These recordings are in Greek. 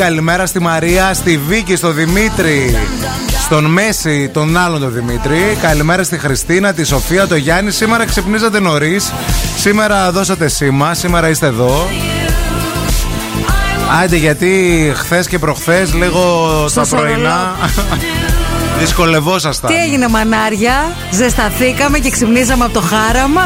Καλημέρα στη Μαρία, στη Βίκη, στο Δημήτρη, στον Μέση, τον άλλον τον Δημήτρη. Καλημέρα στη Χριστίνα, τη Σοφία, το Γιάννη. Σήμερα ξυπνήσατε νωρίς. Σήμερα δώσατε σήμα, σήμερα είστε εδώ. Άντε γιατί χθες και προχθές λίγο Στο τα πρωινά δυσκολευόσασταν. Τι έγινε, μανάρια, ζεσταθήκαμε και ξυπνήσαμε από το χάραμα.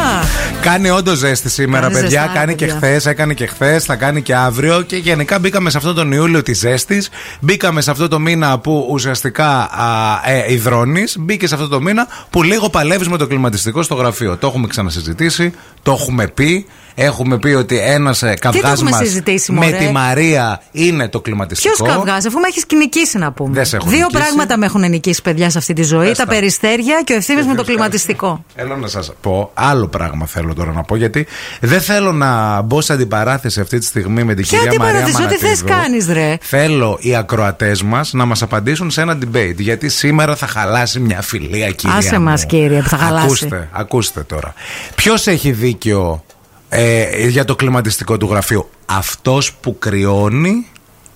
Κάνει όντως ζέστη σήμερα, Κάνει παιδιά. ζεστά, κάνει παιδιά. και χθες, έκανε και χθες, θα κάνει και αύριο. Και γενικά μπήκαμε σε αυτό τον Ιούλιο της ζέστης. Μπήκαμε σε αυτό το μήνα που ουσιαστικά α, ε, υδρώνεις. Μπήκες σε αυτό το μήνα που λίγο παλεύεις με το κλιματιστικό στο γραφείο. Το έχουμε ξανασυζητήσει, το έχουμε πει. Έχουμε πει ότι ένας καυγά έχουμε συζητήσει, με μωρέ? τη Μαρία είναι το κλιματιστικό. Ποιος καυγάς, αφού με έχεις νικήσει να πούμε. Δεν σε έχω Δύο νικήσει. πράγματα με έχουν νικήσει, παιδιά, σε αυτή τη ζωή: Πες τα τα. περιστέρια και ο ευθύνη με το Ευχαριστώ. κλιματιστικό. Θέλω να σας πω άλλο πράγμα θέλω τώρα να πω γιατί δεν θέλω να μπω σε αντιπαράθεση αυτή τη στιγμή με την Ποια κυρία Μαρία αντιπαράθεση, ό,τι θες Μανατίδου. κάνεις, ρε. Θέλω οι ακροατές μας να μας απαντήσουν σε ένα debate γιατί σήμερα θα χαλάσει μια φιλία κυρία Άσε μου. μας, κύριε, που θα χαλάσει. Ακούστε, Ε, ακούστε τώρα. Ποιος έχει δίκιο ε, για το κλιματιστικό του γραφείου, αυτός που κρυώνει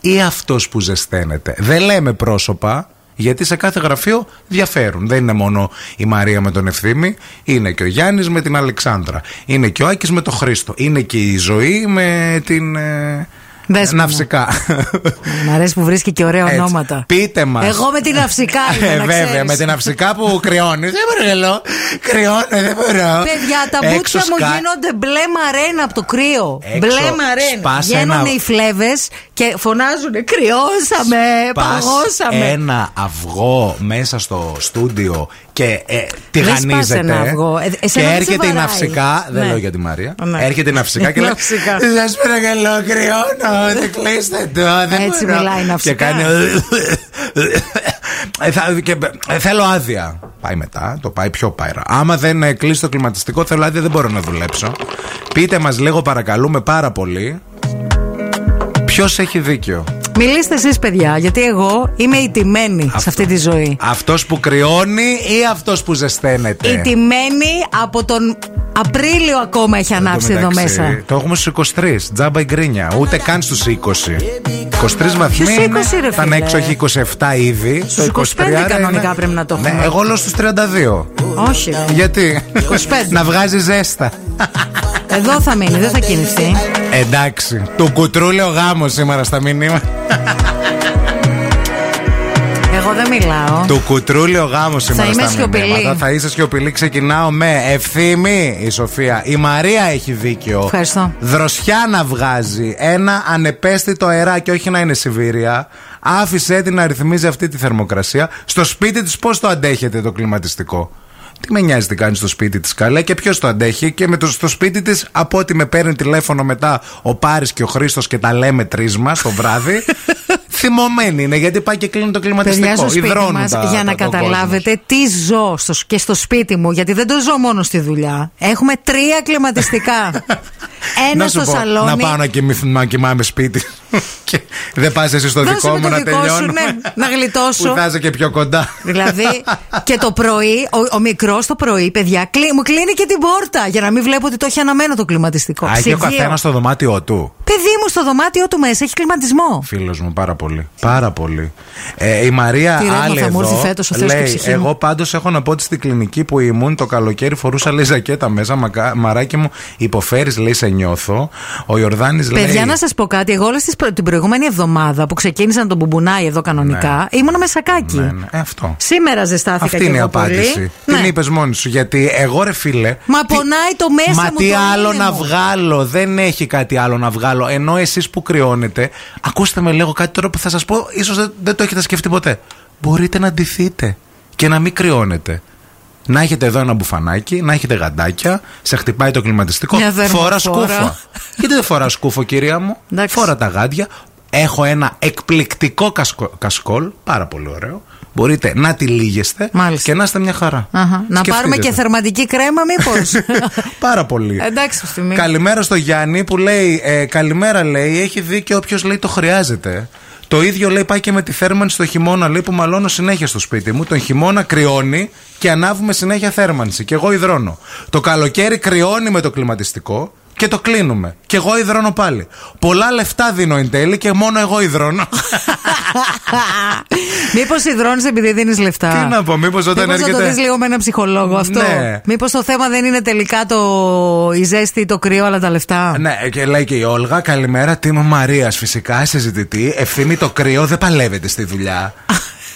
ή αυτός που ζεσταίνεται. Δεν λέμε πρόσωπα, γιατί σε κάθε γραφείο διαφέρουν. Δεν είναι μόνο η Μαρία με τον Ευθύμη, είναι και ο Γιάννης με την Αλεξάνδρα. Είναι και ο Άκης με τον Χρήστο. Είναι και η Ζωή με την. Ε, Δέσποινα. ναυσικά. Μ' αρέσει που βρίσκει και ωραία Έτσι. ονόματα. Πείτε μας. Εγώ με την αυσικά είμαι, Ε, να βέβαια, ξέρεις. με την αυσικά που κρυώνεις. Δεν μπορώ. Κρυώνω, δεν μπορώ. Παιδιά, τα Έξω μπούτια μου σκα- γίνονται μπλε μαρένα από το κρύο. Έξω μπλε μαρένα. σπάς Βγαίνουν ένα- οι φλέβες και φωνάζουν κρυώσαμε, Πας παγώσαμε. ένα αυγό μέσα στο στούντιο και ε, Μη σπάς τηγανίζεται. ένα αυγό. Ε, εσένα και δεν σε έρχεται η βαράει. ναυσικά. Δεν Ναι. λέω για τη Μαρία. Ναι. Έρχεται η ναυσικά και λέει. Ναυσικά. Σας παρακαλώ, κρυώνω. Δεν κλείστε το. Δεν Έτσι μπορώ». μιλάει η ναυσικά. Και κάνει. «Ε, θα- και, «Ε, θέλω άδεια. Πάει μετά, το πάει πιο πάερα. Άμα δεν ε, κλείσει το κλιματιστικό, θέλω άδεια, δεν μπορώ να δουλέψω. Πείτε μας λίγο, παρακαλούμε πάρα πολύ. Ποιος έχει δίκιο. Μιλήστε εσείς, παιδιά, γιατί εγώ είμαι η τιμένη σε αυτή τη ζωή. Αυτός που κρυώνει ή αυτός που ζεσταίνεται. Η τιμένη από τον Απρίλιο ακόμα έχει Εν τω ανάψει εδώ μεταξύ, μέσα. Το έχουμε στους 23. Τζάμπα η γκρίνια. Ούτε καν στους 20. 23 βαθμοί. Ποιος 20 ρε είναι. Ήταν φίλε? έξω έχει 27 ήδη. Στους 25 ρε, κανονικά είναι- πρέπει να το Ναι, έχουμε. εγώ λέω στους 32. Όχι. ρε. Γιατί 25. να βγάζει ζέστα. Εδώ θα μείνει, δεν θα κινηθεί. Εντάξει. Του κουτρούλε ο γάμο σήμερα στα μηνύματα. Εγώ δεν μιλάω. Του κουτρούλε ο γάμο σήμερα είμαι στα σιωπηλή. μηνύματα. Θα είσαι σιωπηλή. Ξεκινάω με ευθύμη η Σοφία. Η Μαρία έχει δίκιο. Ευχαριστώ. Δροσιά να βγάζει ένα ανεπαίσθητο αεράκι, όχι να είναι Σιβήρια. Άφησε την να ρυθμίζει αυτή τη θερμοκρασία. Στο σπίτι της, πώς το αντέχετε το κλιματιστικό. Τι με νοιάζει τι κάνει στο σπίτι της, καλά και ποιος το αντέχει. Και με το, στο σπίτι της, από ό,τι με παίρνει τηλέφωνο μετά ο Πάρης και ο Χρήστος και τα λέμε τρίσμα το βράδυ. θυμωμένη είναι γιατί πάει και κλείνει το κλιματιστικό. Παιδιά στο σπίτι Υδρώνουν μας, τα- για τα- να το κόσμο. καταλάβετε τι ζω στο, σ- και στο σπίτι μου, γιατί δεν το ζω μόνο στη δουλειά. Έχουμε τρία κλιματιστικά. Να Ένα σου στο πω, σαλόνι. Να πάω να, κοιμηθ- να κοιμάμαι σπίτι. και δεν πας εσύ στο Δώσε δικό μου μου το να δικό σου, τελειώνουμε. ναι, να γλιτώσω. Που θα είσαι και πιο κοντά. Δηλαδή και το πρωί, ο, ο μικρός το πρωί, παιδιά, κλεί- μου κλείνει και την πόρτα για να μην βλέπω ότι το έχει αναμένο το κλιματιστικό. Α, έχει ο Ψυγείο. καθένα στο δωμάτιό του. Παιδί μου στο δωμάτιό του μέσα έχει κλιματισμό. Φίλος μου, πάρα πολύ. Πάρα πολύ. Ε, η Μαρία Τι ρεύμα άλλη θα μου εδώ έρθει φέτος, ο Θεός και η λέει, ψυχή μου. εγώ πάντως έχω να πω ότι στην κλινική που ήμουν το καλοκαίρι φορούσα λέει ζακέτα μέσα, μακα- μαράκι μου, υποφέρεις, λέει, σε νιώθω. Ο Ιορδάνης λέει. Παιδιά, να σας πω κάτι. Εγώ όλη την προηγούμενη εβδομάδα που ξεκίνησαν τον μπουμπουνάι εδώ κανονικά, ήμουνα με σακάκι. Ναι, ναι, ε, αυτό. Σήμερα ζεστάθηκα Αυτή και είναι η εγώ πολύ. απάντηση. Ναι. Την είπες μόνη σου. Γιατί εγώ ρε φίλε. Μα τι- πονάει το μέσα Μα μου, τι το άλλο να μήνυμα. βγάλω. Δεν έχει κάτι άλλο να βγάλω. Ενώ εσείς που κρυώνετε. Ακούστε με λίγο κάτι τώρα που θα σας πω. ίσως δεν, δεν το έχετε σκεφτεί ποτέ. Μπορείτε να αντιθείτε και να μην κρυώνετε. Να έχετε εδώ ένα μπουφανάκι, να έχετε γαντάκια, σε χτυπάει το κλιματιστικό. Μια Φορά δερμοφόρα. σκούφα. Γιατί δεν φορά σκούφο, κυρία μου. Εντάξει. Φορά τα γάντια. Έχω ένα εκπληκτικό κασκο- κασκόλ, πάρα πολύ ωραίο. Μπορείτε να τη λύγεστε Μάλιστα. και να είστε μια χαρά. Αχα. Να πάρουμε και Σκεφτείτε. θερματική κρέμα, μήπως. Πάρα πολύ. Εντάξει, στιγμή. Καλημέρα στο Γιάννη που λέει: ε, Καλημέρα, λέει. Έχει δίκιο όποιος λέει το χρειάζεται. Το ίδιο λέει πάει και με τη θέρμανση το χειμώνα, λέει που μαλώνω συνέχεια στο σπίτι μου. Τον χειμώνα κρυώνει και ανάβουμε συνέχεια θέρμανση. Και εγώ υδρώνω. Το καλοκαίρι κρυώνει με το κλιματιστικό. και το κλείνουμε. Και εγώ υδρώνω πάλι. Πολλά λεφτά δίνω εν τέλει και μόνο εγώ υδρώνω. Μήπως υδρώνεις επειδή δίνεις λεφτά. Τι να πω, μήπως όταν Μήπως να το έρχεται. δεις λίγο με έναν ψυχολόγο αυτό. Ναι. Μήπως το θέμα δεν είναι τελικά το η ζέστη, το κρύο, αλλά τα λεφτά. Ναι, και λέει και η Όλγα, καλημέρα, τίμω Μαρίας. Φυσικά συζητητή, ευθύνη το κρύο, δεν παλεύετε στη δουλειά.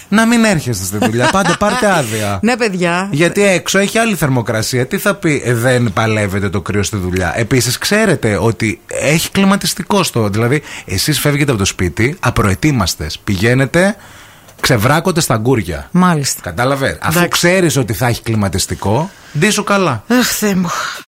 να μην έρχεστε στη δουλειά, πάντα πάρτε άδεια. Ναι, παιδιά. Γιατί έξω έχει άλλη θερμοκρασία. Τι θα πει, «Ε, δεν παλεύετε το κρύο στη δουλειά. Επίσης, ξέρετε ότι έχει κλιματιστικό στο. Δηλαδή, εσείς φεύγετε από το σπίτι, απροετοίμαστες. Πηγαίνετε, ξεβράκονται στα γκούρια. Μάλιστα. Κατάλαβες. Αφού Ναι. Εντάξει. ξέρεις ότι θα έχει κλιματιστικό, ντύσου καλά. Αχ, Θεέ μου.